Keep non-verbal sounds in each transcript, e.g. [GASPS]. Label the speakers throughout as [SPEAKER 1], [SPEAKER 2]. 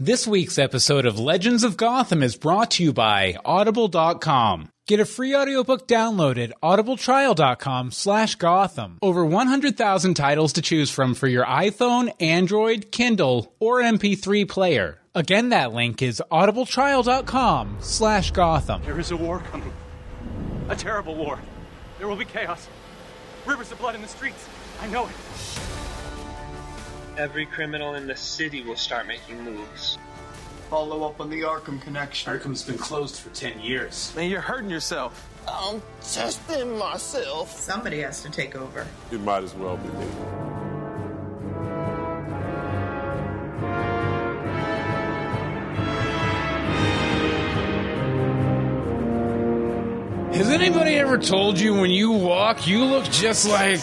[SPEAKER 1] This week's episode of Legends of Gotham is brought to you by Audible.com. Get a free audiobook download at audibletrial.com slash Gotham. Over 100,000 titles to choose from for your iPhone, Android, Kindle, or MP3 player. Again, that link is audibletrial.com slash Gotham.
[SPEAKER 2] There is a war coming. A terrible war. There will be chaos. Rivers of blood in the streets. I know it.
[SPEAKER 3] Every criminal in the city will start making moves.
[SPEAKER 4] follow up on the Arkham connection.
[SPEAKER 5] Arkham's been closed for 10 years.
[SPEAKER 6] Man, you're hurting yourself.
[SPEAKER 7] I'm testing myself.
[SPEAKER 8] Somebody has to take over.
[SPEAKER 9] It might as well be me.
[SPEAKER 1] Has anybody ever told you when you walk, you look just [LAUGHS] like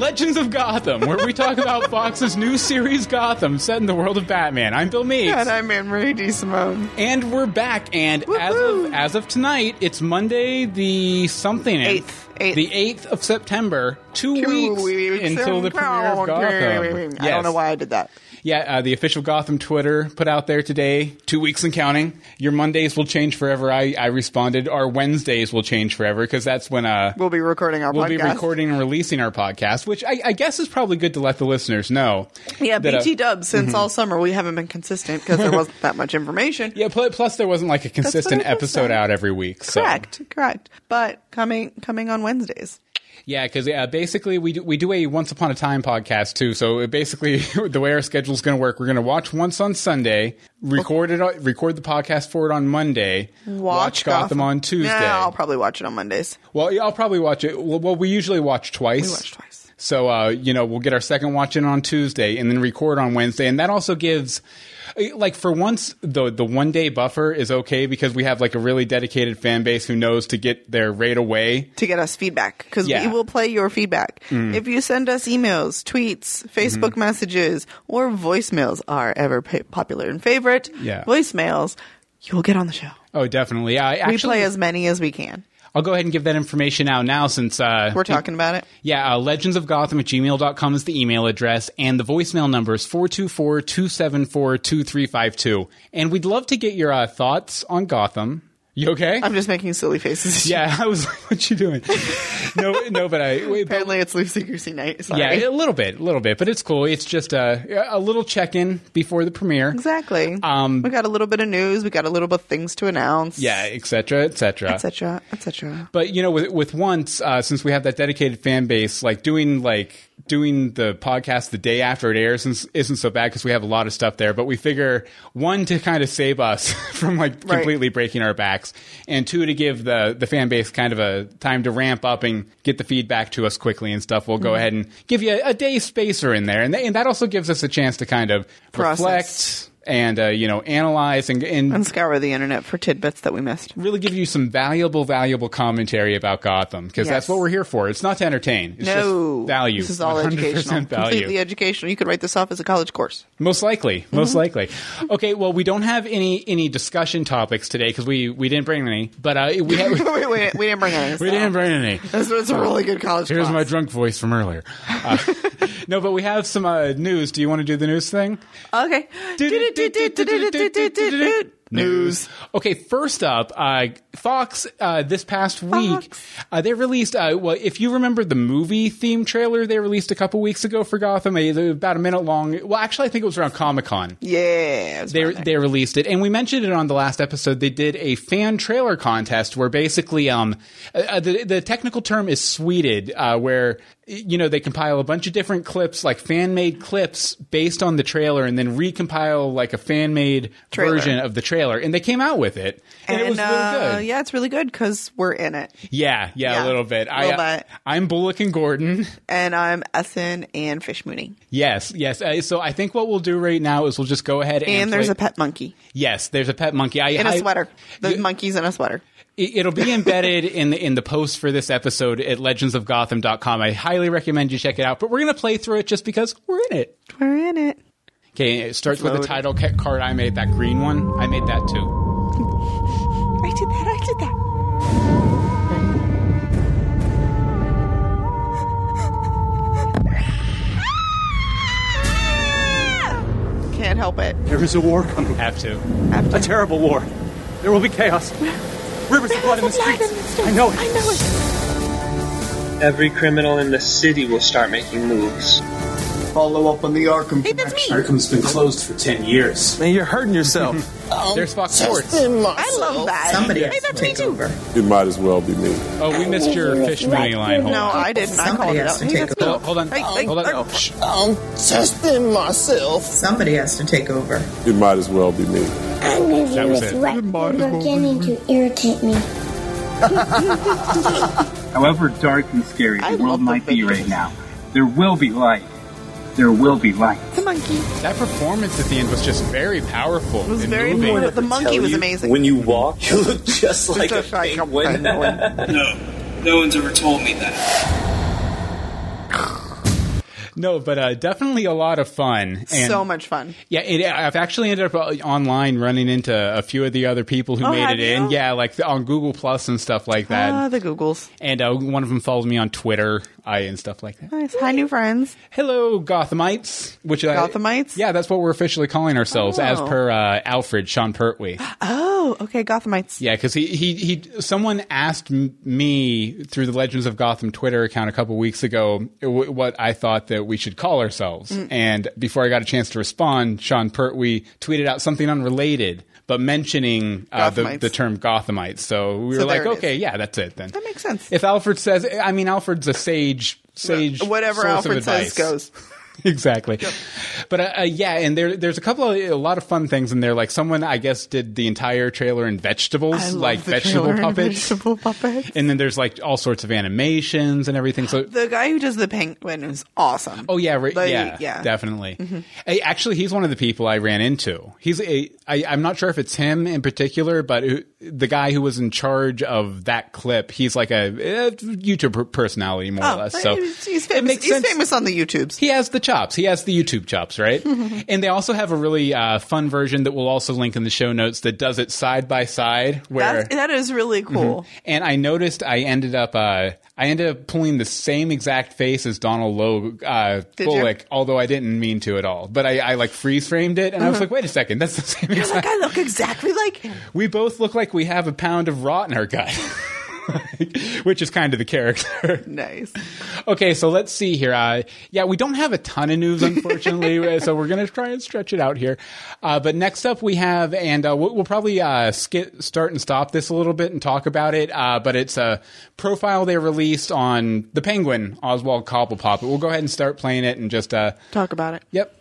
[SPEAKER 1] Legends of Gotham, where we talk about Fox's new series Gotham, set in the world of Batman? I'm Bill Meeks,
[SPEAKER 7] And I'm in Randy Simone.
[SPEAKER 1] and we're back. And as
[SPEAKER 7] Woohoo!
[SPEAKER 1] of as of tonight, it's Monday the something
[SPEAKER 7] Eighth. Eighth.
[SPEAKER 1] the eighth of September, two,
[SPEAKER 7] Two
[SPEAKER 1] weeks, until the premiere of Gotham.
[SPEAKER 7] I don't know why I did that.
[SPEAKER 1] Yeah, uh, the official Gotham Twitter put out there today, two weeks and counting. Your Mondays will change forever. I, I responded. Our Wednesdays will change forever because that's when uh,
[SPEAKER 7] We'll be recording our
[SPEAKER 1] we'll
[SPEAKER 7] podcast.
[SPEAKER 1] be recording and releasing our podcast, which I, I guess is probably good to let the listeners know.
[SPEAKER 7] Yeah,
[SPEAKER 1] that, uh,
[SPEAKER 7] BT Dub. Since all summer, we haven't been consistent because there wasn't that much information.
[SPEAKER 1] [LAUGHS] Yeah, pl- plus there wasn't like a consistent
[SPEAKER 7] what I was
[SPEAKER 1] episode
[SPEAKER 7] saying.
[SPEAKER 1] out every week. So.
[SPEAKER 7] Correct, correct. But coming coming on Wednesdays.
[SPEAKER 1] Yeah, because uh, basically we do, we do a Once Upon a Time podcast too. So it basically, [LAUGHS] the way our schedule is going to work, we're going to watch once on Sunday, record it, on- record the podcast for it on Monday, watch, Gotham, on Tuesday.
[SPEAKER 7] Yeah, I'll probably watch it on Mondays.
[SPEAKER 1] Well, yeah, I'll probably watch it. Well, well we usually watch twice.
[SPEAKER 7] We watch twice.
[SPEAKER 1] So, uh, you know, we'll get our second watch in on Tuesday and then record on Wednesday. And that also gives, eh, like, for once, the, the one day buffer is okay because we have, like, a really dedicated fan base who knows to get there right away.
[SPEAKER 7] to get us feedback because
[SPEAKER 1] Yeah. Mm.
[SPEAKER 7] we will play your feedback. If you send us emails, tweets, Facebook
[SPEAKER 1] Mm-hmm.
[SPEAKER 7] messages, or voicemails, our ever pa- popular and favorite
[SPEAKER 1] Yeah.
[SPEAKER 7] voicemails, you will get on the show.
[SPEAKER 1] Oh, definitely. I actually,
[SPEAKER 7] we play as many as we can.
[SPEAKER 1] I'll go ahead and give that information out now since, uh,
[SPEAKER 7] We're talking about it.
[SPEAKER 1] Yeah, uh, legends of Gotham at gmail.com is the email address, and the voicemail number is 424 274 2352. And we'd love to get your uh, thoughts on Gotham. You okay?
[SPEAKER 7] I'm just making silly
[SPEAKER 1] [LAUGHS]
[SPEAKER 7] faces.
[SPEAKER 1] yeah, I was like, what you doing? no, no, but I. Wait, but,
[SPEAKER 7] [LAUGHS] Apparently, it's Leaf Secrecy Night. Sorry.
[SPEAKER 1] yeah, a little bit, a little bit, but it's cool. It's just a, a little check in before the premiere.
[SPEAKER 7] [LAUGHS] exactly.
[SPEAKER 1] Um,
[SPEAKER 7] we got a little bit of news. We got a little bit of things to announce.
[SPEAKER 1] Yeah, et cetera, et cetera.
[SPEAKER 7] etc. etc.
[SPEAKER 1] But you know, with with once, uh, since we have that dedicated fan base, like doing like doing the podcast the day after it airs is- isn't so bad because we have a lot of stuff there. But we figure one to kind of save us [LAUGHS] from like
[SPEAKER 7] Right.
[SPEAKER 1] completely breaking our backs, and two to give the the fan base kind of a time to ramp up and get the feedback to us quickly and stuff. We'll go
[SPEAKER 7] Mm-hmm.
[SPEAKER 1] ahead and give you a, a day spacer in there, and th- and that also gives us a chance to kind of
[SPEAKER 7] Process.
[SPEAKER 1] reflect and uh, you know analyze and, and
[SPEAKER 7] And scour the internet for tidbits that we missed.
[SPEAKER 1] really give you some valuable, valuable commentary about Gotham because
[SPEAKER 7] Yes.
[SPEAKER 1] that's what we're here for. It's not to entertain. It's
[SPEAKER 7] no
[SPEAKER 1] just value.
[SPEAKER 7] This is all
[SPEAKER 1] 100% [LAUGHS]
[SPEAKER 7] educational.
[SPEAKER 1] Value.
[SPEAKER 7] Completely Mm-hmm. educational. You could write this off as a college course.
[SPEAKER 1] Most likely, most likely. Okay, well, we don't have any any discussion topics today because we we didn't bring any, but uh, we had, we,
[SPEAKER 7] [LAUGHS] wait, wait, we didn't bring any. so.
[SPEAKER 1] didn't bring any.
[SPEAKER 7] This was a really good college.
[SPEAKER 1] Here's
[SPEAKER 7] class.
[SPEAKER 1] my drunk voice from earlier. Uh, [LAUGHS] no, but we have some uh, news. Do you want to do the news thing?
[SPEAKER 7] Okay.
[SPEAKER 1] News. Okay, first up, uh, Fox. Uh, this past week, uh, they released. Uh, well, if you remember the movie theme trailer they released a couple weeks ago for Gotham, uh, about a minute long. Well, actually, I think it was around Comic Con.
[SPEAKER 7] Yeah.
[SPEAKER 1] They they released it, and we mentioned it on the last episode. They did a fan trailer contest where basically, um, uh, uh, the the technical term is sweeted, uh, where you know they compile a bunch of different clips, like fan made clips based on the trailer, and then recompile like a fan made
[SPEAKER 7] Trailer.
[SPEAKER 1] version of the trailer, and they came out with it, and, it was really
[SPEAKER 7] uh,
[SPEAKER 1] good.
[SPEAKER 7] yeah, it's really good because we're in it,
[SPEAKER 1] Yeah, yeah,
[SPEAKER 7] Yeah.
[SPEAKER 1] a little bit. I,
[SPEAKER 7] Little
[SPEAKER 1] uh,
[SPEAKER 7] bit.
[SPEAKER 1] I'm Bullock and Gordon. [LAUGHS]
[SPEAKER 7] and I'm Essen and Fish Mooney,
[SPEAKER 1] Yes, yes. Uh, so I think what we'll do right now is we'll just go ahead and,
[SPEAKER 7] and, there's
[SPEAKER 1] play-
[SPEAKER 7] a pet monkey
[SPEAKER 1] yes, there's a pet monkey I,
[SPEAKER 7] in a
[SPEAKER 1] I-
[SPEAKER 7] sweater. The
[SPEAKER 1] You-
[SPEAKER 7] monkey's in a sweater.
[SPEAKER 1] It- It'll be embedded in the in the post for this episode at legendsofgotham.com. I highly recommend you check it out. But we're gonna play through it just because we're in it.
[SPEAKER 7] We're in it.
[SPEAKER 1] Okay, it starts with the
[SPEAKER 7] Loaded.
[SPEAKER 1] title ca- card I made, that green one. I made that too.
[SPEAKER 7] I did that. I did
[SPEAKER 1] [LAUGHS]
[SPEAKER 7] that. Can't can't help it.
[SPEAKER 2] There is a war coming.
[SPEAKER 1] Have to.
[SPEAKER 2] A terrible war. There will be chaos. Rivers of blood in the streets. I know it.
[SPEAKER 3] Every criminal in the city will start making moves.
[SPEAKER 4] Follow up on the Arkham
[SPEAKER 7] Hey, that's
[SPEAKER 4] connection.
[SPEAKER 7] me.
[SPEAKER 5] Arkham's been closed for 10 years.
[SPEAKER 6] Man, you're hurting yourself.
[SPEAKER 7] Um,
[SPEAKER 1] There's Fox Sports.
[SPEAKER 7] I love that.
[SPEAKER 8] Oh, Somebody
[SPEAKER 7] hey,
[SPEAKER 8] has
[SPEAKER 7] that's
[SPEAKER 8] to
[SPEAKER 7] me
[SPEAKER 8] take
[SPEAKER 7] too.
[SPEAKER 8] over.
[SPEAKER 9] It might as well be me.
[SPEAKER 1] Oh, we missed your fish mooney line. Hold
[SPEAKER 7] No,
[SPEAKER 1] on.
[SPEAKER 7] I didn't. I
[SPEAKER 8] Somebody
[SPEAKER 7] called it
[SPEAKER 8] has
[SPEAKER 7] out.
[SPEAKER 8] to
[SPEAKER 7] Hey,
[SPEAKER 8] take
[SPEAKER 7] that's
[SPEAKER 8] a-
[SPEAKER 7] me.
[SPEAKER 1] Oh, hold on.
[SPEAKER 7] Hey, hey,
[SPEAKER 1] hold on.
[SPEAKER 7] hey.
[SPEAKER 1] Oh, shh.
[SPEAKER 8] I'm testing myself. Somebody has to take over.
[SPEAKER 9] It might as well be me.
[SPEAKER 10] I knew you
[SPEAKER 1] That was
[SPEAKER 10] was
[SPEAKER 1] it.
[SPEAKER 10] right. You're beginning to irritate me.
[SPEAKER 11] However dark and scary
[SPEAKER 7] I
[SPEAKER 11] the world
[SPEAKER 7] love
[SPEAKER 11] might
[SPEAKER 7] the
[SPEAKER 11] be
[SPEAKER 7] pictures.
[SPEAKER 11] right now, there will be light. There will be light.
[SPEAKER 7] The monkey
[SPEAKER 1] That performance at the end was just very powerful.
[SPEAKER 7] was
[SPEAKER 1] and
[SPEAKER 7] very
[SPEAKER 1] moving.
[SPEAKER 7] important. The monkey was amazing.
[SPEAKER 6] When you walk, you look just like a
[SPEAKER 7] Just like
[SPEAKER 6] pink
[SPEAKER 7] a
[SPEAKER 6] win. [LAUGHS]
[SPEAKER 7] pink win.
[SPEAKER 3] No, no one's ever told me that.
[SPEAKER 1] No, but uh, definitely a lot of fun. And
[SPEAKER 7] so much fun.
[SPEAKER 1] Yeah, it, I've actually ended up uh, online running into a few of the other people who
[SPEAKER 7] Oh,
[SPEAKER 1] made
[SPEAKER 7] have
[SPEAKER 1] it in.
[SPEAKER 7] you?
[SPEAKER 1] Yeah, like the, on Google Plus and stuff like that.
[SPEAKER 7] Ah, the Googles.
[SPEAKER 1] and uh, one of them follows me on Twitter I, and stuff like that.
[SPEAKER 7] Nice. Hi, new friends.
[SPEAKER 1] Hello, Gothamites. Which I-
[SPEAKER 7] Gothamites?
[SPEAKER 1] yeah, that's what we're officially calling ourselves, as
[SPEAKER 7] Oh.
[SPEAKER 1] per uh, Alfred Sean Pertwee.
[SPEAKER 7] Oh, okay, Gothamites.
[SPEAKER 1] Yeah, because he, he, he, someone asked m- me through the Legends of Gotham Twitter account a couple weeks ago w- what I thought that we should call ourselves.
[SPEAKER 7] Mm.
[SPEAKER 1] And before I got a chance to respond, Sean Pertwee tweeted out something unrelated, but mentioning uh, the,
[SPEAKER 7] Gothamites.
[SPEAKER 1] the term Gothamites. So we
[SPEAKER 7] So
[SPEAKER 1] were
[SPEAKER 7] there
[SPEAKER 1] like,
[SPEAKER 7] it is.
[SPEAKER 1] okay, yeah, that's it then.
[SPEAKER 7] That makes sense.
[SPEAKER 1] If Alfred says, I mean, Alfred's a sage, sage.
[SPEAKER 7] Whatever
[SPEAKER 1] source of
[SPEAKER 7] Alfred says
[SPEAKER 1] advice
[SPEAKER 7] goes.
[SPEAKER 1] [LAUGHS] exactly. But uh, uh, yeah, and there there's a couple of a lot of fun things in there. Like someone I guess did the entire trailer in vegetables,
[SPEAKER 7] I love
[SPEAKER 1] like
[SPEAKER 7] the
[SPEAKER 1] vegetable
[SPEAKER 7] [LAUGHS] trailer and
[SPEAKER 1] puppets.
[SPEAKER 7] Vegetable puppets.
[SPEAKER 1] And then there's like all sorts of animations and everything. So
[SPEAKER 7] The guy who does the penguin is awesome.
[SPEAKER 1] Oh yeah, right,
[SPEAKER 7] Like,
[SPEAKER 1] yeah,
[SPEAKER 7] yeah. Mm-hmm.
[SPEAKER 1] definitely. Hey, actually, he's one of the people I ran into. He's a, I, I'm not sure if it's him in particular, but who, the guy who was in charge of that clip, he's like a, uh YouTube per- personality more or
[SPEAKER 7] Oh,
[SPEAKER 1] less. So
[SPEAKER 7] he's he's
[SPEAKER 1] it
[SPEAKER 7] famous.
[SPEAKER 1] makes
[SPEAKER 7] He's
[SPEAKER 1] sense.
[SPEAKER 7] famous on the YouTubes.
[SPEAKER 1] He has the chops. He has the YouTube chops,
[SPEAKER 7] [LAUGHS]
[SPEAKER 1] right? and they also have a really uh, fun version that we'll also link in the show notes that does it side by side. Where
[SPEAKER 7] That's, that is really cool.
[SPEAKER 1] and I noticed I ended up uh, I ended up pulling the same exact face as Donald Lowe uh,
[SPEAKER 7] Did
[SPEAKER 1] Bullock, although I didn't mean to at all. But I, I like freeze framed it, and I was like, wait a second, that's the [LAUGHS] same.
[SPEAKER 7] It's
[SPEAKER 1] Exact-
[SPEAKER 7] Uh-huh. like I look exactly like him.
[SPEAKER 1] we both look like we have a pound of rot in our gut. [LAUGHS] Which is kind of the character.
[SPEAKER 7] Nice.
[SPEAKER 1] Okay, so let's see here. Uh, yeah, we don't have a ton of news, unfortunately, so we're going to try and stretch it out here. Uh, but next up, we have, and uh, we'll, we'll probably uh, skip, start and stop this a little bit and talk about it. Uh, but it's a profile they released on the Penguin, Oswald Cobblepot. But we'll go ahead and start playing it and just, uh,
[SPEAKER 7] Talk about it.
[SPEAKER 1] yep.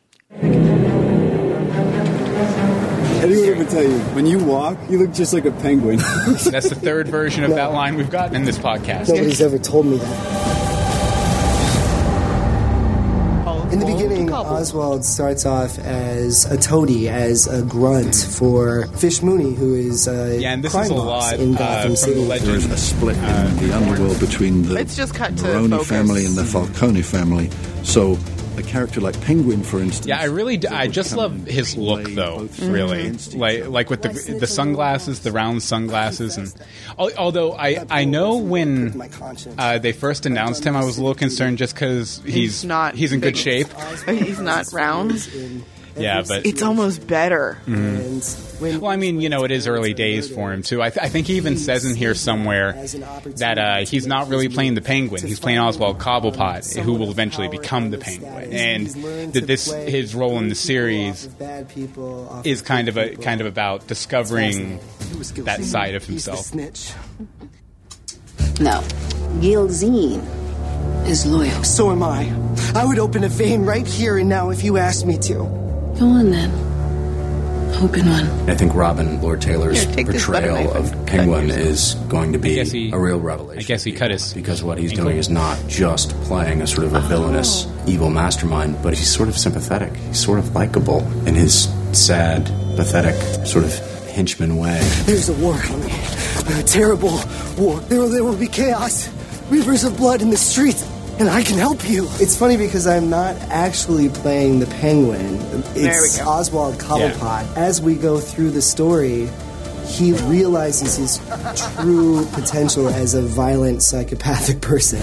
[SPEAKER 9] Anyone ever tell you, when you walk, you look just like a
[SPEAKER 6] [LAUGHS]
[SPEAKER 9] penguin.
[SPEAKER 1] That's the third version of that line we've gotten in this podcast.
[SPEAKER 8] Nobody's ever told me that.
[SPEAKER 6] In the beginning, Oswald starts off as a toady, as a grunt for Fish Mooney, who is a
[SPEAKER 1] Yeah, and this is a lot uh, from the legend. Uh,
[SPEAKER 9] Split in the underworld between the
[SPEAKER 7] It's just cut to focus. family
[SPEAKER 9] and the Falcone family. So a character like Penguin, for instance.
[SPEAKER 1] Yeah, I really, d- I just love his look though. Really,
[SPEAKER 8] Mm-hmm.
[SPEAKER 1] like like with the the sunglasses, the round sunglasses, and al- although I I know when uh, they first announced him, I was a little concerned just because he's
[SPEAKER 7] not
[SPEAKER 1] he's in good shape.
[SPEAKER 7] big. He's not round.
[SPEAKER 1] Yeah, but
[SPEAKER 7] It's almost better.
[SPEAKER 6] Mm-hmm.
[SPEAKER 1] well, I mean, you know, it is early days for him too. I, th- I think he even says in here somewhere that uh, he's not really playing the penguin. He's playing Oswald Cobblepot, who will eventually become the penguin, and that this his role in the series is kind of a kind of about discovering that side of himself.
[SPEAKER 8] No. Gilzine is loyal. So am I. I would open a vein right here and now if you asked me to. Go on then. Open one.
[SPEAKER 6] I think Robin Lord Taylor's
[SPEAKER 7] Here, take this butter knife and cut yourself.
[SPEAKER 6] is going to be
[SPEAKER 1] guess he-
[SPEAKER 6] a real revelation.
[SPEAKER 1] I guess he cut his [LAUGHS]
[SPEAKER 6] because what he's
[SPEAKER 1] ankle.
[SPEAKER 6] doing is not just playing a sort of a villainous
[SPEAKER 7] Oh.
[SPEAKER 6] evil mastermind, but he's sort of sympathetic. He's sort of likable in his sad, pathetic sort of henchman way.
[SPEAKER 8] There's a war coming. A terrible war. There, will- there will be chaos. Rivers of blood in the streets. And I can help you. It's funny because I'm not actually playing the penguin.
[SPEAKER 7] There we go.
[SPEAKER 8] Oswald Cobblepot. As we go through the story, he realizes his true potential as a violent psychopathic person.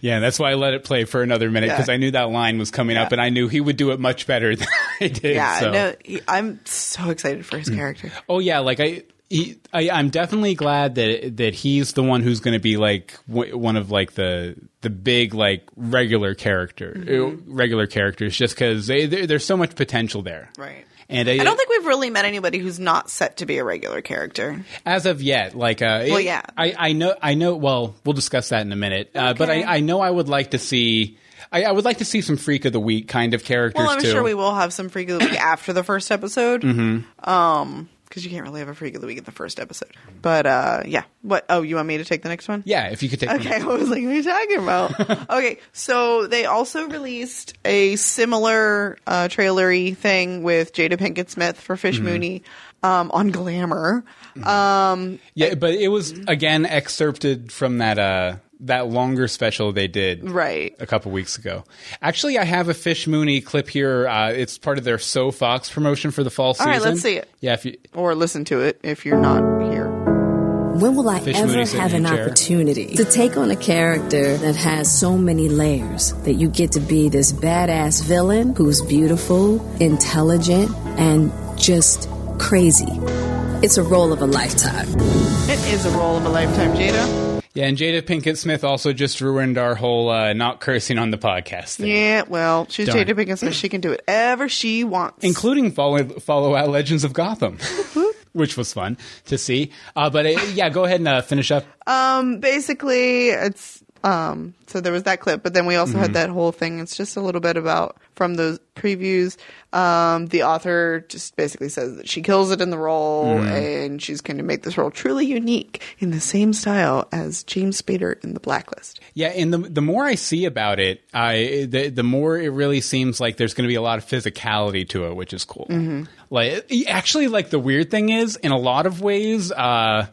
[SPEAKER 1] Yeah, that's why I let it play for another minute because
[SPEAKER 7] Yeah.
[SPEAKER 1] I knew that line was coming up,
[SPEAKER 7] Yeah.
[SPEAKER 1] and I knew he would do it much better [LAUGHS] than I did.
[SPEAKER 7] yeah,
[SPEAKER 1] so.
[SPEAKER 7] no, he- I'm so excited for his character.
[SPEAKER 1] Oh yeah, like I. He, I, I'm definitely glad that that he's the one who's going to be like w- one of like the the big like regular character
[SPEAKER 7] Mhm.
[SPEAKER 1] uh, regular characters just because they, they, there's so much potential there.
[SPEAKER 7] Right.
[SPEAKER 1] And I,
[SPEAKER 7] I don't think we've really met anybody who's not set to be a regular character.
[SPEAKER 1] as of yet, like uh,
[SPEAKER 7] Well,
[SPEAKER 1] it-
[SPEAKER 7] yeah.
[SPEAKER 1] I, I know I know. Well, we'll discuss that in a minute. Uh, but
[SPEAKER 7] Okay.
[SPEAKER 1] I, I know I would like to see I, I would like to see some freak of the week kind of characters
[SPEAKER 7] Well, I'm
[SPEAKER 1] too.
[SPEAKER 7] sure we will have some freak of the
[SPEAKER 1] [CLEARS THROAT]
[SPEAKER 7] week after the first episode.
[SPEAKER 1] hmm
[SPEAKER 7] Um, because you can't really have a freak of the week in the first episode. But uh, yeah. What? Oh, you want me to take the next one?
[SPEAKER 1] Yeah, if you could take. the
[SPEAKER 7] Okay, [LAUGHS] I was like, what are you
[SPEAKER 1] [LAUGHS]
[SPEAKER 7] talking about? okay, so they also released a similar uh, trailery thing with Jada Pinkett Smith for Fish
[SPEAKER 1] Mhm.
[SPEAKER 7] Mooney um, on Glamour.
[SPEAKER 1] Mm-hmm.
[SPEAKER 7] Um,
[SPEAKER 1] Yeah, but it was
[SPEAKER 7] Mm-hmm.
[SPEAKER 1] again excerpted from that uh that longer special they did
[SPEAKER 7] right
[SPEAKER 1] a couple weeks ago. Actually, I have a Fish Mooney clip here. Uh, it's part of their So Fox promotion for the fall
[SPEAKER 7] All
[SPEAKER 1] season.
[SPEAKER 7] right, let's see it.
[SPEAKER 1] Yeah, if you,
[SPEAKER 7] or listen to it if you're not here.
[SPEAKER 12] When will I
[SPEAKER 1] Fish
[SPEAKER 12] ever
[SPEAKER 1] Mooney's sitting
[SPEAKER 12] have
[SPEAKER 1] in
[SPEAKER 12] an
[SPEAKER 1] a chair.
[SPEAKER 12] opportunity to take on a character that has so many layers that you get to be this badass villain who's beautiful, intelligent, and just crazy? It's a role of a lifetime.
[SPEAKER 7] It is a role of a lifetime, Jada.
[SPEAKER 1] yeah, and Jada Pinkett Smith also just ruined our whole uh, not cursing on the podcast thing.
[SPEAKER 7] Yeah, well, she's
[SPEAKER 1] Darn.
[SPEAKER 7] Jada Pinkett Smith. She can do whatever she wants.
[SPEAKER 1] including follow, follow out Legends of Gotham, [LAUGHS] which was fun to see. Uh, but uh, yeah, go ahead and uh, finish up.
[SPEAKER 7] Um, basically, it's um. So there was that clip, but then we also
[SPEAKER 1] Mhm.
[SPEAKER 7] had that whole thing. It's just a little bit about from those previews. Um, the author just basically says that she kills it in the role,
[SPEAKER 13] Mhm.
[SPEAKER 1] Mm.
[SPEAKER 7] and she's going to make this role truly unique in the same style as James Spader in The Blacklist.
[SPEAKER 1] Yeah, and the the more I see about it, I the the more it really seems like there's going to be a lot of physicality to it, which is cool.
[SPEAKER 7] Mhm.
[SPEAKER 1] Like actually, like the weird thing is, in a lot of ways, uh,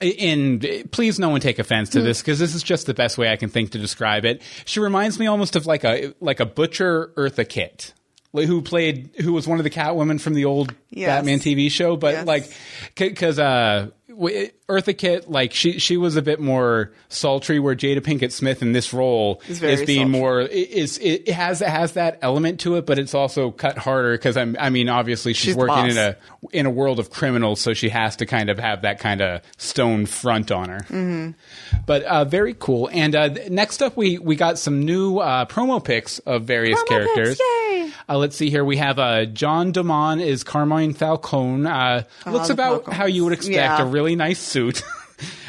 [SPEAKER 1] and please no one take offense to this because this is just the best way I can think to describe it. She reminds me almost of like a like a butcher Eartha Kitt. like, Who played? Who was one of the Catwomen from the old
[SPEAKER 14] Yes.
[SPEAKER 1] Batman TV show? But like, because uh, w- Eartha Kitt, like she she was a bit more sultry. Where Jada Pinkett Smith in this role
[SPEAKER 14] Is
[SPEAKER 1] is,
[SPEAKER 14] very
[SPEAKER 1] being
[SPEAKER 14] sultry.
[SPEAKER 1] more i- is it has it has that element to it, but it's also cut harder because I'm I mean obviously she's,
[SPEAKER 14] She's the
[SPEAKER 1] working
[SPEAKER 14] boss.
[SPEAKER 1] in a in a world of criminals, so she has to kind of have that kind of stone front on her.
[SPEAKER 14] Mm-hmm.
[SPEAKER 1] But uh, very cool. And uh, th- next up, we we got some new uh, promo pics of various characters.
[SPEAKER 7] yay!
[SPEAKER 1] Uh, let's see here. We have uh, John Damon is Carmine Falcone. Uh,
[SPEAKER 7] Oh,
[SPEAKER 1] looks
[SPEAKER 7] the
[SPEAKER 1] about how you would expect
[SPEAKER 7] Yeah.
[SPEAKER 1] a really nice suit. [LAUGHS]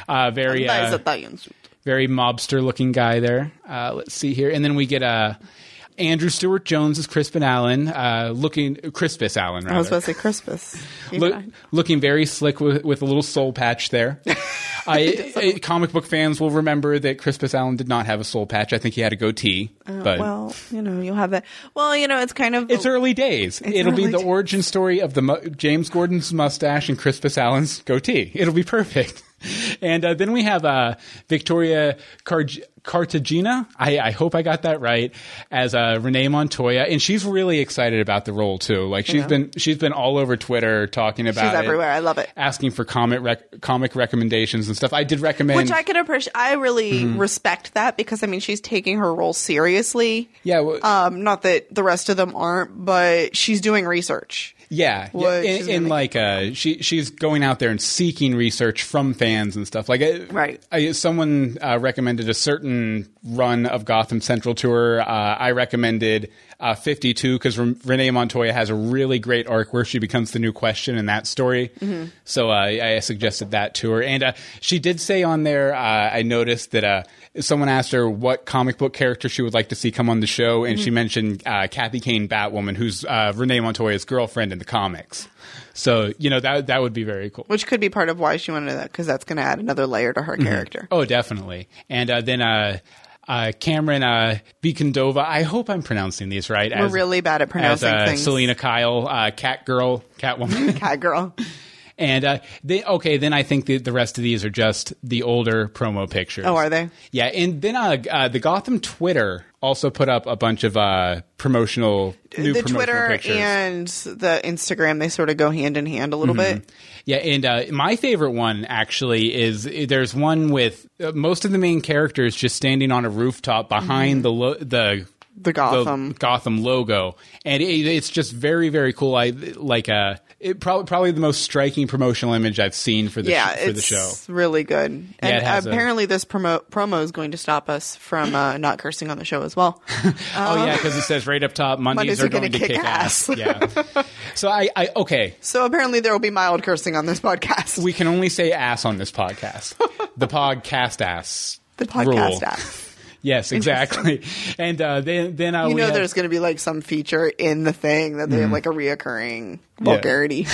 [SPEAKER 1] uh, very
[SPEAKER 7] Nice
[SPEAKER 1] uh,
[SPEAKER 7] Italian suit.
[SPEAKER 1] very mobster looking guy there. Uh, let's see here, and then we get Uh, Andrew Stewart Jones is Crispin Allen, uh, looking Crispus Allen. Rather.
[SPEAKER 7] I was about to say Crispus. You
[SPEAKER 1] Look,
[SPEAKER 7] know.
[SPEAKER 1] looking very slick with, with a little soul patch
[SPEAKER 7] [LAUGHS]
[SPEAKER 1] there. I, I- comic book fans will remember that Crispus Allen did not have a soul patch. I think he had a goatee.
[SPEAKER 7] Uh,
[SPEAKER 1] but
[SPEAKER 7] well, you know, you'll have that. Well, you know, it's kind of
[SPEAKER 1] it's early days.
[SPEAKER 7] Oh. It's
[SPEAKER 1] It'll be
[SPEAKER 7] early
[SPEAKER 1] the
[SPEAKER 7] days.
[SPEAKER 1] origin story of the mu- James Gordon's mustache and Crispus Allen's goatee. It'll be perfect. [LAUGHS] And uh, then we have uh, Victoria Carg- Cartagena. I, I hope I got that right. As uh, Renee Montoya, and she's really excited about the role too. Like she's
[SPEAKER 7] Yeah.
[SPEAKER 1] been she's been all over Twitter talking
[SPEAKER 7] She's
[SPEAKER 1] about it
[SPEAKER 7] everywhere. I love it.
[SPEAKER 1] asking for comic rec- comic recommendations and stuff. I did recommend.
[SPEAKER 7] Which I can appreciate. I really
[SPEAKER 1] Mhm.
[SPEAKER 7] respect that because I mean she's taking her role seriously.
[SPEAKER 1] Yeah.
[SPEAKER 7] um. Not that the rest of them aren't, but she's doing research.
[SPEAKER 1] yeah, yeah,
[SPEAKER 7] What she's
[SPEAKER 1] and,
[SPEAKER 7] gonna
[SPEAKER 1] and like uh, she she's going out there and seeking research from fans and stuff. Like, uh, I, right? I, someone uh, recommended a certain run of Gotham Central to her. Uh, I recommended uh, Fifty Two because Renee Montoya has a really great arc where she becomes the new Question in that story.
[SPEAKER 14] Mhm.
[SPEAKER 1] So uh, I I suggested that to her, and uh, she did say on there. Uh, I noticed that uh, someone asked her what comic book character she would like to see come on the show, and she
[SPEAKER 14] Mhm.
[SPEAKER 1] mentioned uh, Kathy Kane, Batwoman, who's uh, Renee Montoya's girlfriend in the comics. So you know that that would be very cool.
[SPEAKER 7] Which could be part of why she wanted that because that's going to add another layer to her character.
[SPEAKER 1] Oh, definitely. And uh, then uh, uh, Cameron uh, Bikondova. I hope I'm pronouncing these right.
[SPEAKER 7] We're really bad at pronouncing
[SPEAKER 1] as, uh,
[SPEAKER 7] things.
[SPEAKER 1] Selena Kyle, uh, Cat Girl, Catwoman. [LAUGHS]
[SPEAKER 7] [LAUGHS] Cat Girl.
[SPEAKER 1] And uh, they okay. Then I think the, the rest of these are just the older promo pictures.
[SPEAKER 7] Oh, are they?
[SPEAKER 1] Yeah, and then uh, uh, the Gotham Twitter also put up a bunch of uh, promotional new
[SPEAKER 7] the
[SPEAKER 1] promotional
[SPEAKER 7] Twitter
[SPEAKER 1] pictures.
[SPEAKER 7] and the Instagram they sort of go hand in hand a little
[SPEAKER 1] Mhm.
[SPEAKER 7] bit.
[SPEAKER 1] Yeah, and uh, my favorite one actually is uh, there's one with uh, most of the main characters just standing on a rooftop behind
[SPEAKER 14] Mhm.
[SPEAKER 1] the lo- the
[SPEAKER 7] Mm-hmm. the Gotham.
[SPEAKER 1] Gotham logo, and it, it's just very very cool. I like uh, it probably probably the most striking promotional image I've seen for the
[SPEAKER 7] yeah,
[SPEAKER 1] sh- for the
[SPEAKER 7] it's
[SPEAKER 1] show.
[SPEAKER 7] really good.
[SPEAKER 1] Yeah, it has
[SPEAKER 7] and
[SPEAKER 1] a-
[SPEAKER 7] apparently, this promo promo is going to stop us from uh, not cursing on the show as well.
[SPEAKER 1] oh yeah, because it says right up top Mondays,
[SPEAKER 7] uh, Mondays
[SPEAKER 1] are
[SPEAKER 7] are gonna
[SPEAKER 1] going to kick,
[SPEAKER 7] kick
[SPEAKER 1] ass.
[SPEAKER 7] ass.
[SPEAKER 1] yeah.
[SPEAKER 7] [LAUGHS]
[SPEAKER 1] So I, I okay.
[SPEAKER 7] So apparently, there will be mild cursing on this podcast.
[SPEAKER 1] We can only say ass on this podcast. the podcast ass.
[SPEAKER 7] The podcast
[SPEAKER 1] rule.
[SPEAKER 7] ass. [LAUGHS]
[SPEAKER 1] Yes, exactly. And uh, then then uh,
[SPEAKER 7] you
[SPEAKER 1] we
[SPEAKER 7] know,
[SPEAKER 1] had-
[SPEAKER 7] there's going to be like some feature in the thing that they have
[SPEAKER 1] Mhm.
[SPEAKER 7] like a reoccurring
[SPEAKER 1] [LAUGHS] Yeah.
[SPEAKER 7] vulgarity.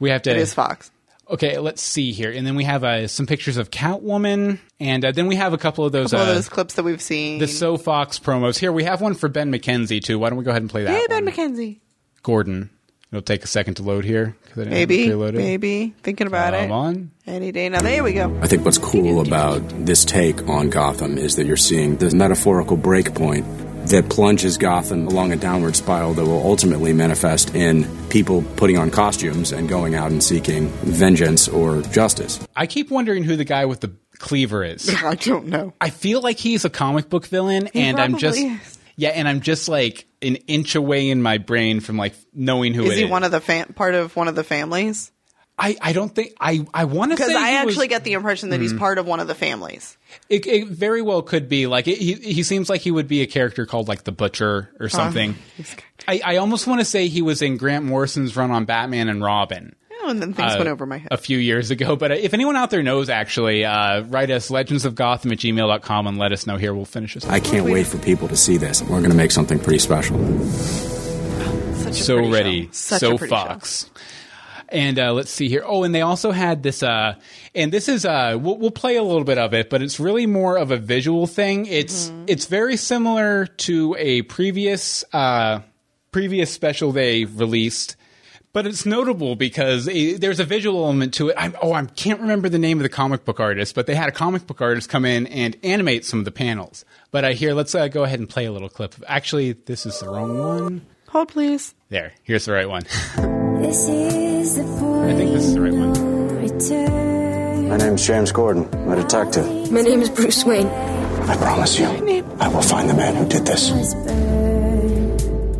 [SPEAKER 1] we have to
[SPEAKER 7] It is Fox.
[SPEAKER 1] Okay, let's see here, and then we have uh, some pictures of Catwoman, and uh, then we have a couple of those.
[SPEAKER 7] Couple of
[SPEAKER 1] uh,
[SPEAKER 7] those clips that we've seen.
[SPEAKER 1] the So Fox promos. Here we have one for Ben McKenzie too. Why don't we go ahead and play that?
[SPEAKER 7] hey,
[SPEAKER 1] one?
[SPEAKER 7] Ben McKenzie.
[SPEAKER 1] Gordon. It'll take a second to load here. 'cause I didn't have it
[SPEAKER 7] Maybe,
[SPEAKER 1] preloaded.
[SPEAKER 7] maybe thinking about
[SPEAKER 1] Come
[SPEAKER 7] it.
[SPEAKER 1] on.
[SPEAKER 7] Any day now. There we go.
[SPEAKER 6] I think what's cool about this take on Gotham is that you're seeing this metaphorical breakpoint that plunges Gotham along a downward spiral that will ultimately manifest in people putting on costumes and going out and seeking vengeance or justice.
[SPEAKER 1] I keep wondering who the guy with the cleaver
[SPEAKER 7] [LAUGHS]
[SPEAKER 1] is.
[SPEAKER 7] [LAUGHS] I don't know.
[SPEAKER 1] I feel like he's a comic book villain,
[SPEAKER 7] He
[SPEAKER 1] and I'm just
[SPEAKER 7] probably is.
[SPEAKER 1] yeah, and I'm just like an inch away in my brain from like knowing who
[SPEAKER 7] Is
[SPEAKER 1] it
[SPEAKER 7] he one of the fam- part of one of the families?
[SPEAKER 1] I I don't think I I want to
[SPEAKER 7] Because
[SPEAKER 1] say
[SPEAKER 7] I
[SPEAKER 1] he
[SPEAKER 7] actually
[SPEAKER 1] was-
[SPEAKER 7] get the impression that he's
[SPEAKER 1] Mm.
[SPEAKER 7] part of one of the families.
[SPEAKER 1] It, it very well could be like it, he he seems like he would be a character called like the Butcher
[SPEAKER 7] Uh-huh.
[SPEAKER 1] or something. I, I almost want to say he was in Grant Morrison's run on Batman and Robin.
[SPEAKER 7] Oh, and then things
[SPEAKER 1] uh,
[SPEAKER 7] went over my head.
[SPEAKER 1] a few years ago. But uh, if anyone out there knows, actually, uh, write us legendsofgotham at gmail.com and let us know here. We'll finish this.
[SPEAKER 6] I can't wait for people to see this. We're going to make something pretty special.
[SPEAKER 1] so ready,
[SPEAKER 6] Such a
[SPEAKER 1] so
[SPEAKER 6] pretty show.
[SPEAKER 1] Fox. And uh, let's see here. Oh, and they also had this. Uh, and this is uh, we'll, we'll play a little bit of it, but it's really more of a visual thing. It's
[SPEAKER 6] Mm-hmm.
[SPEAKER 1] it's very similar to a previous uh, previous special they released, but it's notable because eh, there's a visual element to it. I'm, oh, I can't remember the name of the comic book artist, but they had a comic book artist come in and animate some of the panels. But uh, here, let's uh, go ahead and play a little clip. Actually, this is the wrong one.
[SPEAKER 7] Hold, please.
[SPEAKER 1] There, here's the right [LAUGHS] one.
[SPEAKER 10] This is the point. I think
[SPEAKER 1] this is the right one.
[SPEAKER 6] My name's James Gordon. I'm a detective.
[SPEAKER 10] My name is Bruce Wayne.
[SPEAKER 6] I promise you, I will find the man who did this.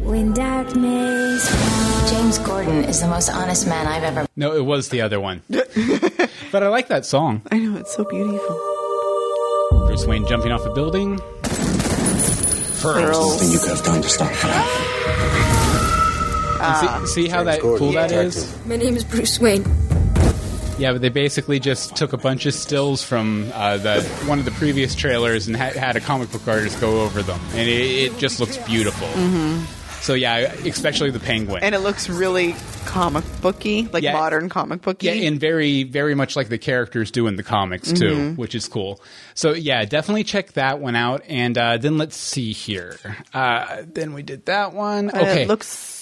[SPEAKER 10] When darkness.
[SPEAKER 13] James Gordon is the most honest man I've ever
[SPEAKER 1] No, it was the other one. [LAUGHS] but I like that song.
[SPEAKER 7] I know, it's so beautiful.
[SPEAKER 1] Bruce Wayne jumping off a building.
[SPEAKER 6] There's nothing you could have done to stop him.
[SPEAKER 1] And see see how that cool that is?
[SPEAKER 12] My name is Bruce Wayne.
[SPEAKER 1] Yeah, but they basically just took a bunch of stills from uh, the one of the previous trailers and ha- had a comic book artist go over them, and it, it just looks beautiful. Mm-hmm.
[SPEAKER 7] hmm
[SPEAKER 1] So yeah, especially the penguin.
[SPEAKER 7] And it looks really comic booky, like
[SPEAKER 1] Yeah.
[SPEAKER 7] modern comic booky.
[SPEAKER 1] Yeah, and very, very much like the characters do in the comics too,
[SPEAKER 7] Mhm.
[SPEAKER 1] which is cool. So yeah, definitely check that one out. And uh, then let's see here. Uh, then we did that one.
[SPEAKER 7] Uh,
[SPEAKER 1] Okay,
[SPEAKER 7] it looks.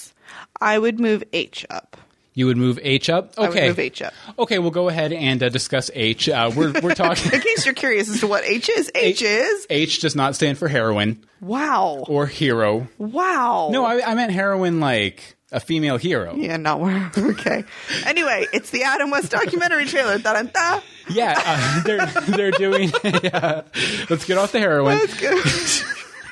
[SPEAKER 7] I would move H up.
[SPEAKER 1] you would move H up.
[SPEAKER 7] I would
[SPEAKER 1] Okay,
[SPEAKER 7] move H up.
[SPEAKER 1] Okay, we'll go ahead and uh, discuss H. Uh, we're
[SPEAKER 7] [LAUGHS]
[SPEAKER 1] we're talking.
[SPEAKER 7] In case you're curious as to what H is, H is
[SPEAKER 1] [LAUGHS] H does not stand for heroin
[SPEAKER 7] wow,
[SPEAKER 1] or hero.
[SPEAKER 7] wow.
[SPEAKER 1] No, I, I meant heroin like a female hero.
[SPEAKER 7] Yeah, not where. [LAUGHS] Okay. Anyway, it's the Adam West documentary trailer. Da da
[SPEAKER 1] Yeah, uh, [LAUGHS] they're they're doing. [LAUGHS] yeah. Let's get off the heroin. [LAUGHS]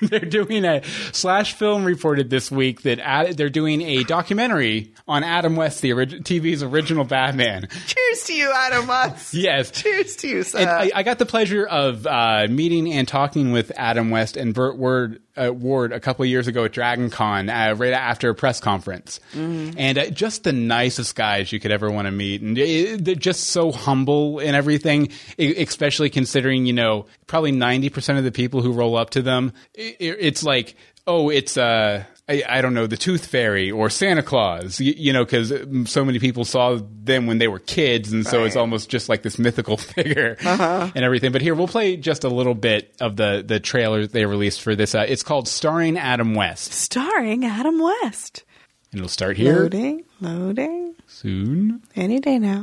[SPEAKER 1] they're doing a slash film reported this week that ad, they're doing a documentary on Adam West, the orig- TV's original Batman.
[SPEAKER 7] Cheers to you, Adam West.
[SPEAKER 1] Yes.
[SPEAKER 7] Cheers to you, sir.
[SPEAKER 1] And I, I got the pleasure of uh, meeting and talking with Adam West and Burt Ward, uh, Ward a couple of years ago at Dragon Con, uh, right after a press conference. And uh, just the nicest guys you could ever want to meet. And it, they're just so humble and everything, e- especially considering, you know, probably 90% of the people who roll up to them, i i- it's like, oh, it's. Uh, I, I don't know, the Tooth Fairy or Santa Claus, you, you know, because so many people saw them when they were kids. And so it's
[SPEAKER 7] Right.
[SPEAKER 1] almost just like this mythical [LAUGHS] figure
[SPEAKER 7] Uh-huh.
[SPEAKER 1] and everything. But here we'll play just a little bit of the the trailer they released for this. Uh, it's called "Starring Adam West,"
[SPEAKER 7] Starring Adam West.
[SPEAKER 1] and it'll start here
[SPEAKER 7] Loading, loading.
[SPEAKER 1] soon.
[SPEAKER 7] Any day now.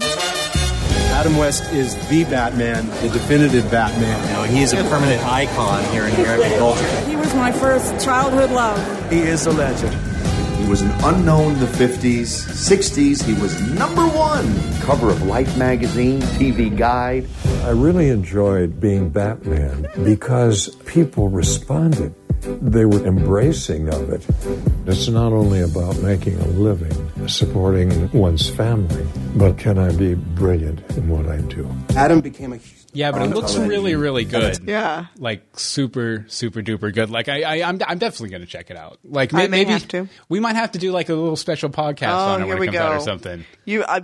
[SPEAKER 14] Adam West is the Batman, the definitive Batman. You know, he is a permanent icon here in American culture.
[SPEAKER 15] He was my first childhood love.
[SPEAKER 14] He is a legend.
[SPEAKER 16] He was an unknown in the 50s, 60s. He was number one. Cover of Life magazine, TV Guide.
[SPEAKER 17] I really enjoyed being Batman because people responded They were embracing of it. It's not only about making a living, supporting one's family, but can I be brilliant in what I do?
[SPEAKER 8] Adam became a
[SPEAKER 1] Yeah, but it looks really, really good.
[SPEAKER 7] Yeah.
[SPEAKER 1] like super, super duper good. Like I, I I'm, I'm definitely gonna check it out. Like may-
[SPEAKER 7] I may
[SPEAKER 1] maybe
[SPEAKER 7] have to.
[SPEAKER 1] we might have to do like a little special podcast
[SPEAKER 7] Oh,
[SPEAKER 1] on it
[SPEAKER 7] here
[SPEAKER 1] when
[SPEAKER 7] we
[SPEAKER 1] it comes out or
[SPEAKER 7] go.
[SPEAKER 1] something.
[SPEAKER 7] You, I,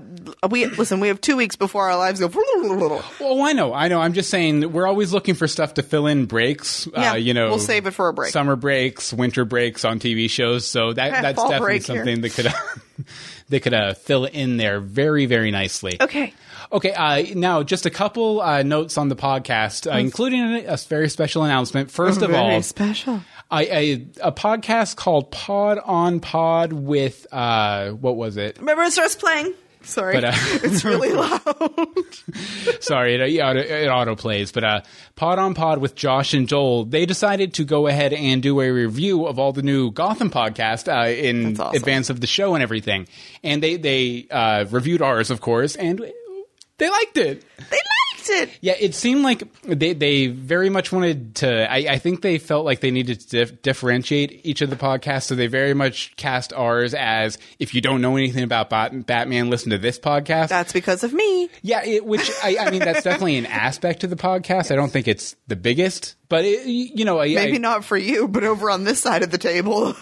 [SPEAKER 7] we listen. We have two weeks before our lives go. [LAUGHS]
[SPEAKER 1] Well, I know, I know. I'm just saying that we're always looking for stuff to fill in breaks.
[SPEAKER 7] Yeah,
[SPEAKER 1] uh, you know,
[SPEAKER 7] we'll save it for a break.
[SPEAKER 1] Summer breaks, winter breaks on TV shows. So that
[SPEAKER 7] Yeah,
[SPEAKER 1] that's
[SPEAKER 7] fall
[SPEAKER 1] definitely
[SPEAKER 7] break here.
[SPEAKER 1] something that could [LAUGHS] that could uh, fill in there very, very nicely.
[SPEAKER 7] Okay.
[SPEAKER 1] Okay, uh, now just a couple uh, notes on the podcast, uh,
[SPEAKER 7] Mm.
[SPEAKER 1] including a, a very special announcement. First of
[SPEAKER 7] Mm-hmm. Very
[SPEAKER 1] all,
[SPEAKER 7] special.
[SPEAKER 1] I, I a podcast called Pod on Pod with uh, what was it?
[SPEAKER 7] Remember when it starts playing? Sorry,
[SPEAKER 1] But, uh,
[SPEAKER 7] [LAUGHS] it's
[SPEAKER 1] [LAUGHS]
[SPEAKER 7] really loud. [LAUGHS]
[SPEAKER 1] Sorry, it, it, auto, it auto plays. But uh, Pod on Pod with Josh and Joel, they decided to go ahead and do a review of all the new Gotham podcast uh, in advance of the show and everything. And they they uh, reviewed ours, of course, and they liked it. Yeah, it seemed like they, they very much wanted to. I, I think they felt like they needed to dif- differentiate each of the podcasts, so they very much cast ours as if you don't know anything about Bat- Batman, listen to this podcast.
[SPEAKER 7] That's because of me.
[SPEAKER 1] Yeah, it, which I, I mean, that's definitely an aspect of the podcast. I don't think it's the biggest, but it, you know, I,
[SPEAKER 7] Maybe
[SPEAKER 1] I,
[SPEAKER 7] not for you, but over on this side of the table, [LAUGHS]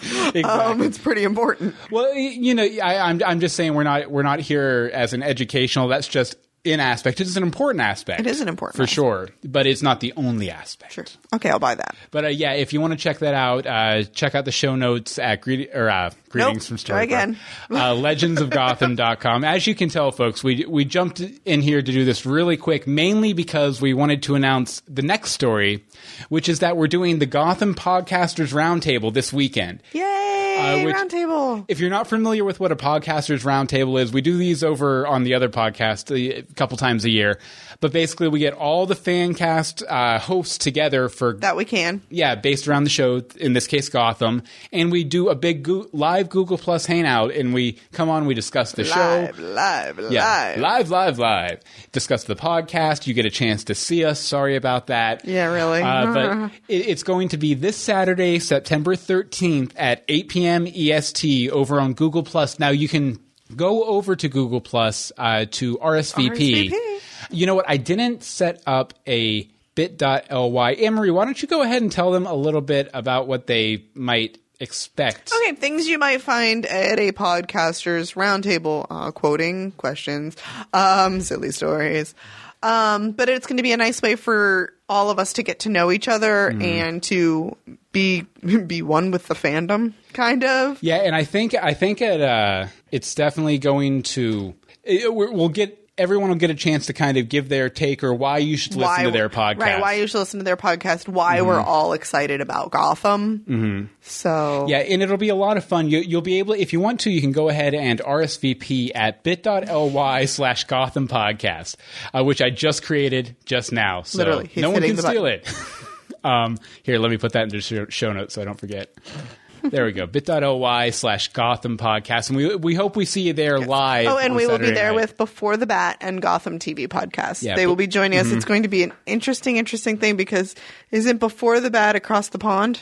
[SPEAKER 7] um, it's pretty important.
[SPEAKER 1] Well, y- you know, I, I'm I'm just saying we're not we're not here as an educational. That's just an aspect. It's an important aspect.
[SPEAKER 7] It is an important
[SPEAKER 1] for sure, but it's not the only aspect. Sure.
[SPEAKER 7] Okay, I'll buy that.
[SPEAKER 1] But uh, yeah, if you want to check that out, uh, check out the show notes at greet- or, uh, greetings from
[SPEAKER 7] try
[SPEAKER 1] Storybrooke.
[SPEAKER 7] again.
[SPEAKER 1] uh, legendsofgotham.com. As you can tell, folks, we we jumped in here to do this really quick, mainly because we wanted to announce the next story, which is that we're doing the Gotham Podcasters Roundtable this weekend.
[SPEAKER 7] Yay!
[SPEAKER 1] Uh, which-
[SPEAKER 7] roundtable.
[SPEAKER 1] If you're not familiar with what a podcasters roundtable is, we do these over on the other podcast a couple times a year. But basically, we get all the fan cast uh, hosts together for
[SPEAKER 7] that we can.
[SPEAKER 1] Yeah, based around the show. In this case, Gotham, and we do a big goo live Google Plus hangout, and we come on, we discuss the show.
[SPEAKER 7] live, live, live.
[SPEAKER 1] Yeah, live, live, live. Discuss the podcast. You get a chance to see us. Sorry about that.
[SPEAKER 7] Yeah, really.
[SPEAKER 1] Uh,
[SPEAKER 7] [LAUGHS]
[SPEAKER 1] but it, it's going to be this Saturday, September 13th at 8 p.m. EST E over on Google Plus. Now you can go over to Google Plus uh, to RSVP.
[SPEAKER 7] RSVP.
[SPEAKER 1] You know what? I didn't set up a bit.ly. Emery, why don't you go ahead and tell them a little bit about what they might expect?
[SPEAKER 7] Okay, things you might find at a podcaster's roundtable, uh, quoting questions, um, silly stories. Um, but it's going to be a nice way for all of us to get to know each other
[SPEAKER 1] Mhm.
[SPEAKER 7] and to be [LAUGHS] be one with the fandom, kind of.
[SPEAKER 1] Yeah, and I think I think it uh, it's definitely going to it, we're- we'll get everyone will get a chance to kind of give their take or why you should listen to their podcast.
[SPEAKER 7] right? Why you should listen to their podcast? Why
[SPEAKER 1] Mhm.
[SPEAKER 7] we're all excited about Gotham.
[SPEAKER 1] hmm
[SPEAKER 7] So
[SPEAKER 1] Yeah, and it'll be a lot of fun. You, you'll be able, if you want to, you can go ahead and RSVP at bit.ly slash Gotham Podcast, uh, which I just created just now. So
[SPEAKER 7] Literally, he's
[SPEAKER 1] no one
[SPEAKER 7] hitting
[SPEAKER 1] can
[SPEAKER 7] the
[SPEAKER 1] steal it. [LAUGHS] um, here, let me put that into show, show notes so I don't forget. There we go. bit.ly slash Gotham Podcast. And we, we hope we see you there live.
[SPEAKER 7] Oh, and
[SPEAKER 1] on
[SPEAKER 7] we will be
[SPEAKER 1] Saturday
[SPEAKER 7] there
[SPEAKER 1] night.
[SPEAKER 7] with Before the Bat and Gotham TV podcast.
[SPEAKER 1] Yeah,
[SPEAKER 7] they
[SPEAKER 1] but-
[SPEAKER 7] will be joining us.
[SPEAKER 1] Mhm.
[SPEAKER 7] It's going to be an interesting, interesting thing because isn't Before the Bat across the pond?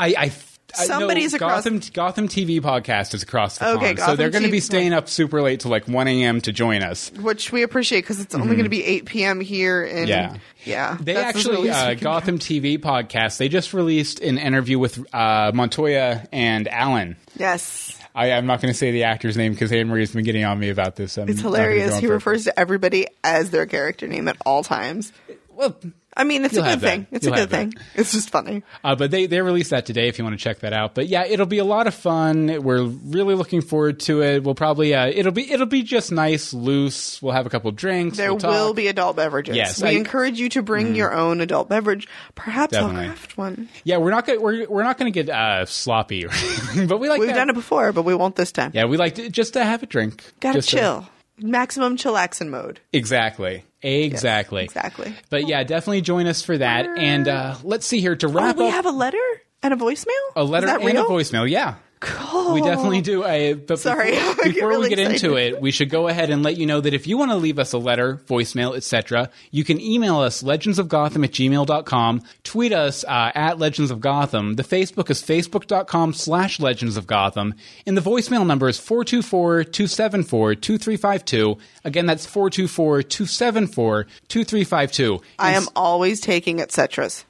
[SPEAKER 1] I, I, I- no,
[SPEAKER 7] Somebody's across-
[SPEAKER 1] Gotham, Gotham TV podcast is across the
[SPEAKER 7] Okay,
[SPEAKER 1] pond, so they're
[SPEAKER 7] Gotham
[SPEAKER 1] going to be
[SPEAKER 7] TV
[SPEAKER 1] staying up super late to like one a.m. to join us.
[SPEAKER 7] Which we appreciate because it's
[SPEAKER 1] Mhm.
[SPEAKER 7] only going to be 8 p.m. here. And
[SPEAKER 1] Yeah.
[SPEAKER 7] yeah,
[SPEAKER 1] They
[SPEAKER 7] that's as
[SPEAKER 1] actually
[SPEAKER 7] early as
[SPEAKER 1] uh,
[SPEAKER 7] we can-
[SPEAKER 1] Gotham TV podcast. They just released an interview with uh, Montoya and Allen.
[SPEAKER 7] yes.
[SPEAKER 1] I, I'm not going to say the actor's name because Anne Marie's been getting on me about this. I'm
[SPEAKER 7] It's
[SPEAKER 1] not gonna
[SPEAKER 7] hilarious.
[SPEAKER 1] go on
[SPEAKER 7] He
[SPEAKER 1] for-
[SPEAKER 7] refers to everybody as their character name at all times.
[SPEAKER 1] Well,
[SPEAKER 7] I mean, it's a
[SPEAKER 1] you'll
[SPEAKER 7] good
[SPEAKER 1] have that.
[SPEAKER 7] thing. It's
[SPEAKER 1] You'll
[SPEAKER 7] a
[SPEAKER 1] have
[SPEAKER 7] good
[SPEAKER 1] that.
[SPEAKER 7] thing. It's just funny.
[SPEAKER 1] Uh, but they, they released that today if you want to check that out. But yeah, it'll be a lot of fun. We're really looking forward to it. We'll probably uh, it'll be it'll be just nice, loose. We'll have a couple drinks.
[SPEAKER 7] There
[SPEAKER 1] we'll talk.
[SPEAKER 7] will be adult beverages.
[SPEAKER 1] Yes,
[SPEAKER 7] we
[SPEAKER 1] I- Mm-hmm.
[SPEAKER 7] encourage you to bring your own adult beverage. Perhaps
[SPEAKER 1] Definitely.
[SPEAKER 7] I'll craft one.
[SPEAKER 1] Yeah, we're not gonna we're, we're not gonna get uh, sloppy, [LAUGHS] or anything, but we like
[SPEAKER 7] We've
[SPEAKER 1] to-
[SPEAKER 7] done it before, but we won't this time.
[SPEAKER 1] Yeah, we like to, just to have a drink.
[SPEAKER 7] Gotta
[SPEAKER 1] Just to-
[SPEAKER 7] chill. Maximum chillaxin mode.
[SPEAKER 1] exactly. Exactly.
[SPEAKER 7] Exactly.
[SPEAKER 1] But yeah, definitely join us for that. And uh, let's see here to
[SPEAKER 7] Oh,
[SPEAKER 1] wrap
[SPEAKER 7] we
[SPEAKER 1] up
[SPEAKER 7] have a letter and a voicemail?
[SPEAKER 1] a letter
[SPEAKER 7] Is that
[SPEAKER 1] and
[SPEAKER 7] real?
[SPEAKER 1] a voicemail. Yeah.
[SPEAKER 7] cool.
[SPEAKER 1] We definitely do. I, but
[SPEAKER 7] Sorry, [LAUGHS] I
[SPEAKER 1] before,
[SPEAKER 7] get
[SPEAKER 1] before
[SPEAKER 7] really
[SPEAKER 1] we get into
[SPEAKER 7] excited.
[SPEAKER 1] it, we should go ahead and let you know that if you want to leave us a letter, voicemail, etc., you can email us legendsofgotham at gmail.com, tweet us uh, at Legends of Gotham, the Facebook is facebook.com slash Legends of Gotham, and the voicemail number is 424-274-2352. Again, that's 424-274-2352.
[SPEAKER 7] I am always taking etcetras.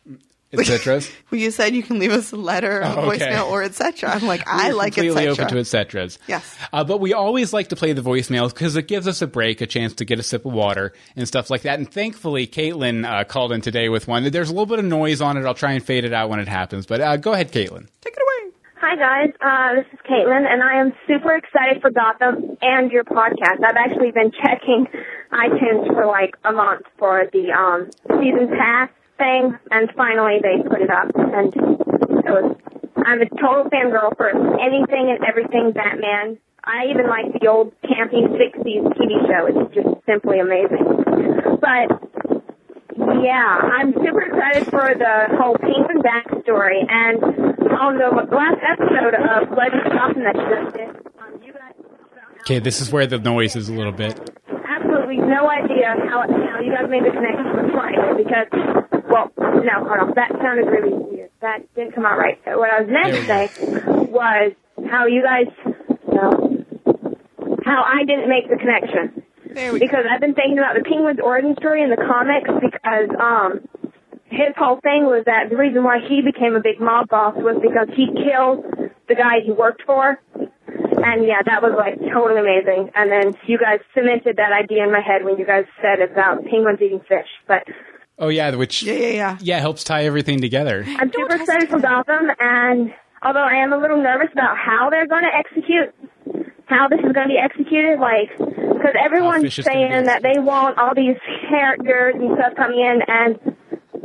[SPEAKER 1] Etc.
[SPEAKER 7] Well, you said you can leave us a letter, a
[SPEAKER 1] Oh, okay.
[SPEAKER 7] voicemail, or etc. I'm like, I
[SPEAKER 1] We're
[SPEAKER 7] like
[SPEAKER 1] completely
[SPEAKER 7] etc.
[SPEAKER 1] open to etc.
[SPEAKER 7] Yes.
[SPEAKER 1] Uh, but we always like to play the voicemails because it gives us a break, a chance to get a sip of water and stuff like that. And thankfully, Caitlin uh, called in today with one. There's a little bit of noise on it. I'll try and fade it out when it happens. But uh, go ahead, Caitlin.
[SPEAKER 18] Hi guys, uh, this is Caitlin, and I am super excited for Gotham and your podcast. I've actually been checking iTunes for like a month for the um, season pass thing, and finally they put it up. And it was, I'm a total fangirl for anything and everything Batman. I even like the old campy '60s TV show. It's just simply amazing. But yeah, I'm super excited for the whole penguin backstory. And on the last episode of Legends of Gotham that you just did,
[SPEAKER 1] Okay, this is where the noise is a little bit.
[SPEAKER 18] absolutely no idea how, how you guys made the connection with Friday because, well, no, hold on, that sounded really weird. That didn't come out right. What I was meant to say was how you guys, no, how I didn't make the connection. Because I've been thinking about the Penguin's origin story in the comics because um his whole thing was that the reason why he became a big mob boss was because he killed the guy he worked for. And yeah, that was like totally amazing. And then you guys cemented that idea in my head when you guys said about penguins eating fish. But
[SPEAKER 1] Oh, yeah, which yeah, yeah, yeah. helps tie everything together.
[SPEAKER 18] I'm super excited for Gotham, and although I am a little nervous about how they're going to execute, how this is going to be executed, like, because everyone's
[SPEAKER 19] Fish is gonna be
[SPEAKER 18] saying that they want all these characters and stuff coming in, and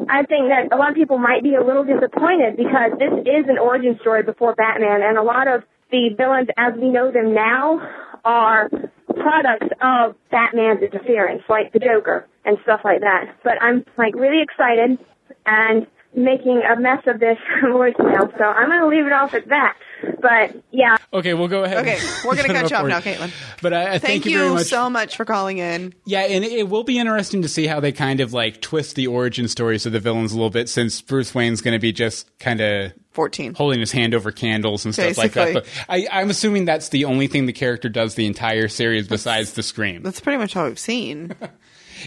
[SPEAKER 18] I think that a lot of people might be a little disappointed because this is an origin story before Batman, and a lot of the villains as we know them now are products of Batman's interference, like the Joker and stuff like that. But I'm like really excited and making a mess of this [LAUGHS] voicemail, so I'm going to leave it off at that. But yeah,
[SPEAKER 1] Okay, we'll go ahead.
[SPEAKER 18] Okay,
[SPEAKER 1] [LAUGHS]
[SPEAKER 7] We're going to cut you off
[SPEAKER 1] Forward.
[SPEAKER 7] now, Caitlin.
[SPEAKER 1] But I, I
[SPEAKER 7] Thank,
[SPEAKER 1] thank,
[SPEAKER 7] you,
[SPEAKER 1] very much.
[SPEAKER 7] so much for calling in.
[SPEAKER 1] Yeah, and it- it will be interesting to see how they kind of like twist the origin stories of the villains a little bit, since Bruce Wayne's going to be just kind of
[SPEAKER 7] fourteen
[SPEAKER 1] holding his hand over candles and stuff like that. But
[SPEAKER 7] Basically.
[SPEAKER 1] I, I'm assuming that's the only thing the character does the entire series besides the scream.
[SPEAKER 7] That's pretty much all we've seen.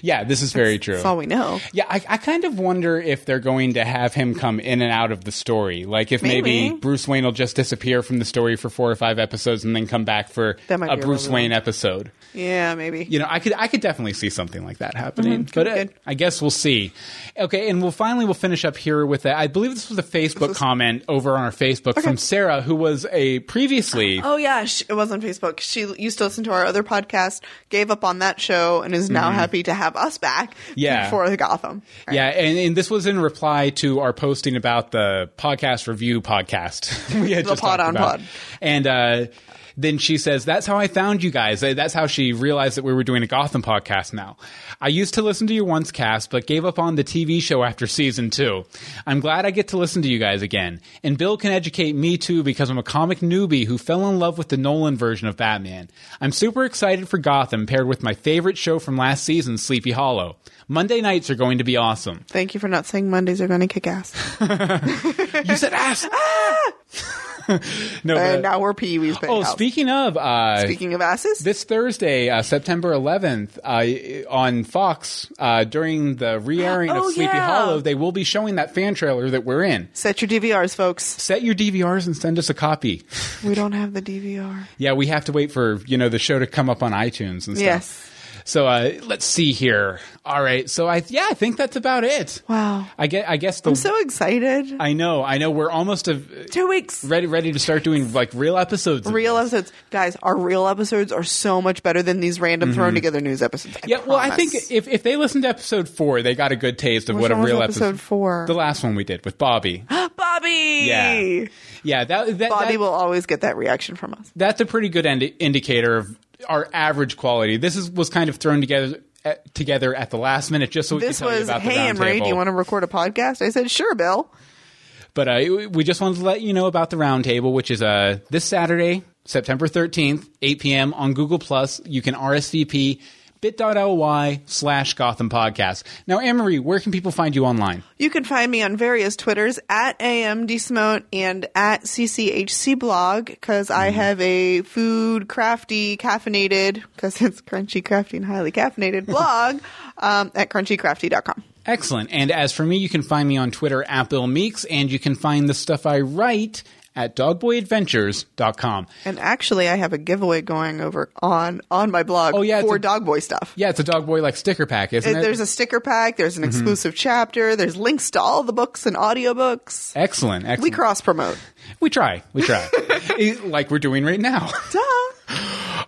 [SPEAKER 1] Yeah, this is very true.
[SPEAKER 7] That's all we know.
[SPEAKER 1] Yeah, I, I kind of wonder if they're going to have him come in and out of the story. Like if maybe,
[SPEAKER 7] Maybe.
[SPEAKER 1] Bruce Wayne will just disappear from the story for four or five episodes and then come back for
[SPEAKER 7] That might
[SPEAKER 1] a
[SPEAKER 7] be a
[SPEAKER 1] Bruce
[SPEAKER 7] really
[SPEAKER 1] Wayne episode.
[SPEAKER 7] Yeah, maybe.
[SPEAKER 1] You know, I could I could definitely see something like that happening, but uh, I guess we'll see. Okay, and we'll finally we'll finish up here with that. I believe this was a Facebook comment over on our Facebook from Sarah, who was a previously
[SPEAKER 7] Oh yeah, she, it was on Facebook. She used to listen to our other podcast, gave up on that show, and is now
[SPEAKER 1] Mhm.
[SPEAKER 7] happy to have us back.
[SPEAKER 1] Yeah.
[SPEAKER 7] for the Gotham.
[SPEAKER 1] Yeah, and, and this was in reply to our posting about the podcast review podcast [LAUGHS] we had
[SPEAKER 7] The
[SPEAKER 1] just
[SPEAKER 7] Pod
[SPEAKER 1] talked
[SPEAKER 7] on
[SPEAKER 1] about.
[SPEAKER 7] Pod.
[SPEAKER 1] And uh, then she says, "That's how I found you guys. Uh, That's how she realized that we were doing a Gotham podcast now. I used to listen to your once cast, but gave up on the TV show after season two. I'm glad I get to listen to you guys again. And Bill can educate me too because I'm a comic newbie who fell in love with the Nolan version of Batman. I'm super excited for Gotham paired with my favorite show from last season, Sleepy Hollow. Monday nights are going to be awesome."
[SPEAKER 7] Thank you for not saying Mondays are going to kick ass.
[SPEAKER 1] you said ass. [LAUGHS] No,
[SPEAKER 7] and
[SPEAKER 1] [LAUGHS] but- uh,
[SPEAKER 7] now we're Pee Wee's.
[SPEAKER 1] Oh,
[SPEAKER 7] Penthouse.
[SPEAKER 1] speaking of, uh,
[SPEAKER 7] Speaking of asses,
[SPEAKER 1] this Thursday, uh, September 11th, uh, on Fox uh, during the re-airing
[SPEAKER 7] Oh,
[SPEAKER 1] of Sleepy
[SPEAKER 7] yeah.
[SPEAKER 1] Hollow, they will be showing that fan trailer that we're in.
[SPEAKER 7] Set your DVRs, folks. Set
[SPEAKER 1] your DVRs and send us a copy.
[SPEAKER 7] we don't have the DVR.
[SPEAKER 1] [LAUGHS] Yeah, we have to wait for you know the show to come up on iTunes and stuff.
[SPEAKER 7] Yes.
[SPEAKER 1] So uh, let's see here. All right. So I yeah, I think that's about it.
[SPEAKER 7] Wow.
[SPEAKER 1] I get. I guess the,
[SPEAKER 7] I'm so excited.
[SPEAKER 1] I know. I know. We're almost a,
[SPEAKER 7] two weeks
[SPEAKER 1] ready ready to start doing like real episodes. of
[SPEAKER 7] Real episodes, guys. Our real episodes are so much better than these random
[SPEAKER 1] Mhm.
[SPEAKER 7] thrown together news episodes. I
[SPEAKER 1] yeah, well, I
[SPEAKER 7] promise.
[SPEAKER 1] think if, if they listened to episode four, they got a good taste of
[SPEAKER 7] Which
[SPEAKER 1] what a
[SPEAKER 7] one was
[SPEAKER 1] real
[SPEAKER 7] episode four?
[SPEAKER 1] The last one we did with
[SPEAKER 7] [GASPS]
[SPEAKER 1] Bobby.
[SPEAKER 7] Bobby.
[SPEAKER 1] yeah, yeah. That, that
[SPEAKER 7] Bobby
[SPEAKER 1] that-
[SPEAKER 7] will always get that reaction from us.
[SPEAKER 1] That's a pretty good indi- indicator of our average quality. This is was kind of thrown together at, together at the last minute, just so we
[SPEAKER 7] this
[SPEAKER 1] could tell
[SPEAKER 7] was,
[SPEAKER 1] you about the
[SPEAKER 7] hey,
[SPEAKER 1] round
[SPEAKER 7] Emery, do you
[SPEAKER 1] table."
[SPEAKER 7] want to record a podcast? I said, sure, Bill.
[SPEAKER 1] But uh, we just wanted to let you know about the roundtable, which is uh, this Saturday, September 13th, 8 p.m. on Google Plus. You can RSVP bit.ly slash Gotham Podcast. Now, Anne-Marie, where can people find you online?
[SPEAKER 7] You can find me on various Twitters at AMDSmote and at CCHC blog because
[SPEAKER 1] Mm.
[SPEAKER 7] I have a food crafty caffeinated because it's crunchy, crafty, and highly
[SPEAKER 1] [LAUGHS]
[SPEAKER 7] caffeinated blog um, at crunchycrafty.com.
[SPEAKER 1] Excellent. And as for me, you can find me on Twitter at Bill Meeks, and you can find the stuff I write at dogboyadventures.com.
[SPEAKER 7] And actually, I have a giveaway going over on on my blog oh, yeah,
[SPEAKER 1] it's
[SPEAKER 7] for
[SPEAKER 1] a-
[SPEAKER 7] Dog Boy stuff.
[SPEAKER 1] Yeah, it's a dog boy like sticker pack, isn't
[SPEAKER 7] Uh,
[SPEAKER 1] it?
[SPEAKER 7] There's a sticker pack, there's an
[SPEAKER 1] Mhm.
[SPEAKER 7] exclusive chapter, there's links to all the books and audiobooks.
[SPEAKER 1] excellent, excellent.
[SPEAKER 7] We cross promote.
[SPEAKER 1] We try. We try. [LAUGHS] Eh, like we're doing right now. [LAUGHS]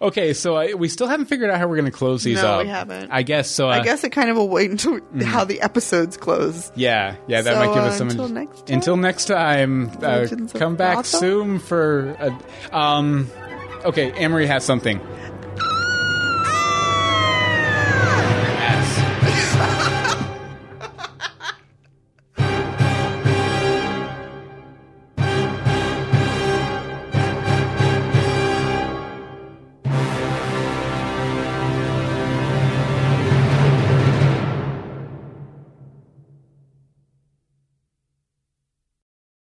[SPEAKER 1] okay, so uh, we still haven't figured out how we're going to close these
[SPEAKER 7] No,
[SPEAKER 1] up.
[SPEAKER 7] we haven't.
[SPEAKER 1] I guess so. Uh,
[SPEAKER 7] I guess it kind of will wait until how the episodes close.
[SPEAKER 1] Yeah, yeah, that
[SPEAKER 7] So,
[SPEAKER 1] might give
[SPEAKER 7] uh,
[SPEAKER 1] us some.
[SPEAKER 7] until next time?
[SPEAKER 1] until next time, uh,
[SPEAKER 7] Legends of
[SPEAKER 1] come back
[SPEAKER 7] Gotham?
[SPEAKER 1] soon for. A, um, okay, Amory has something.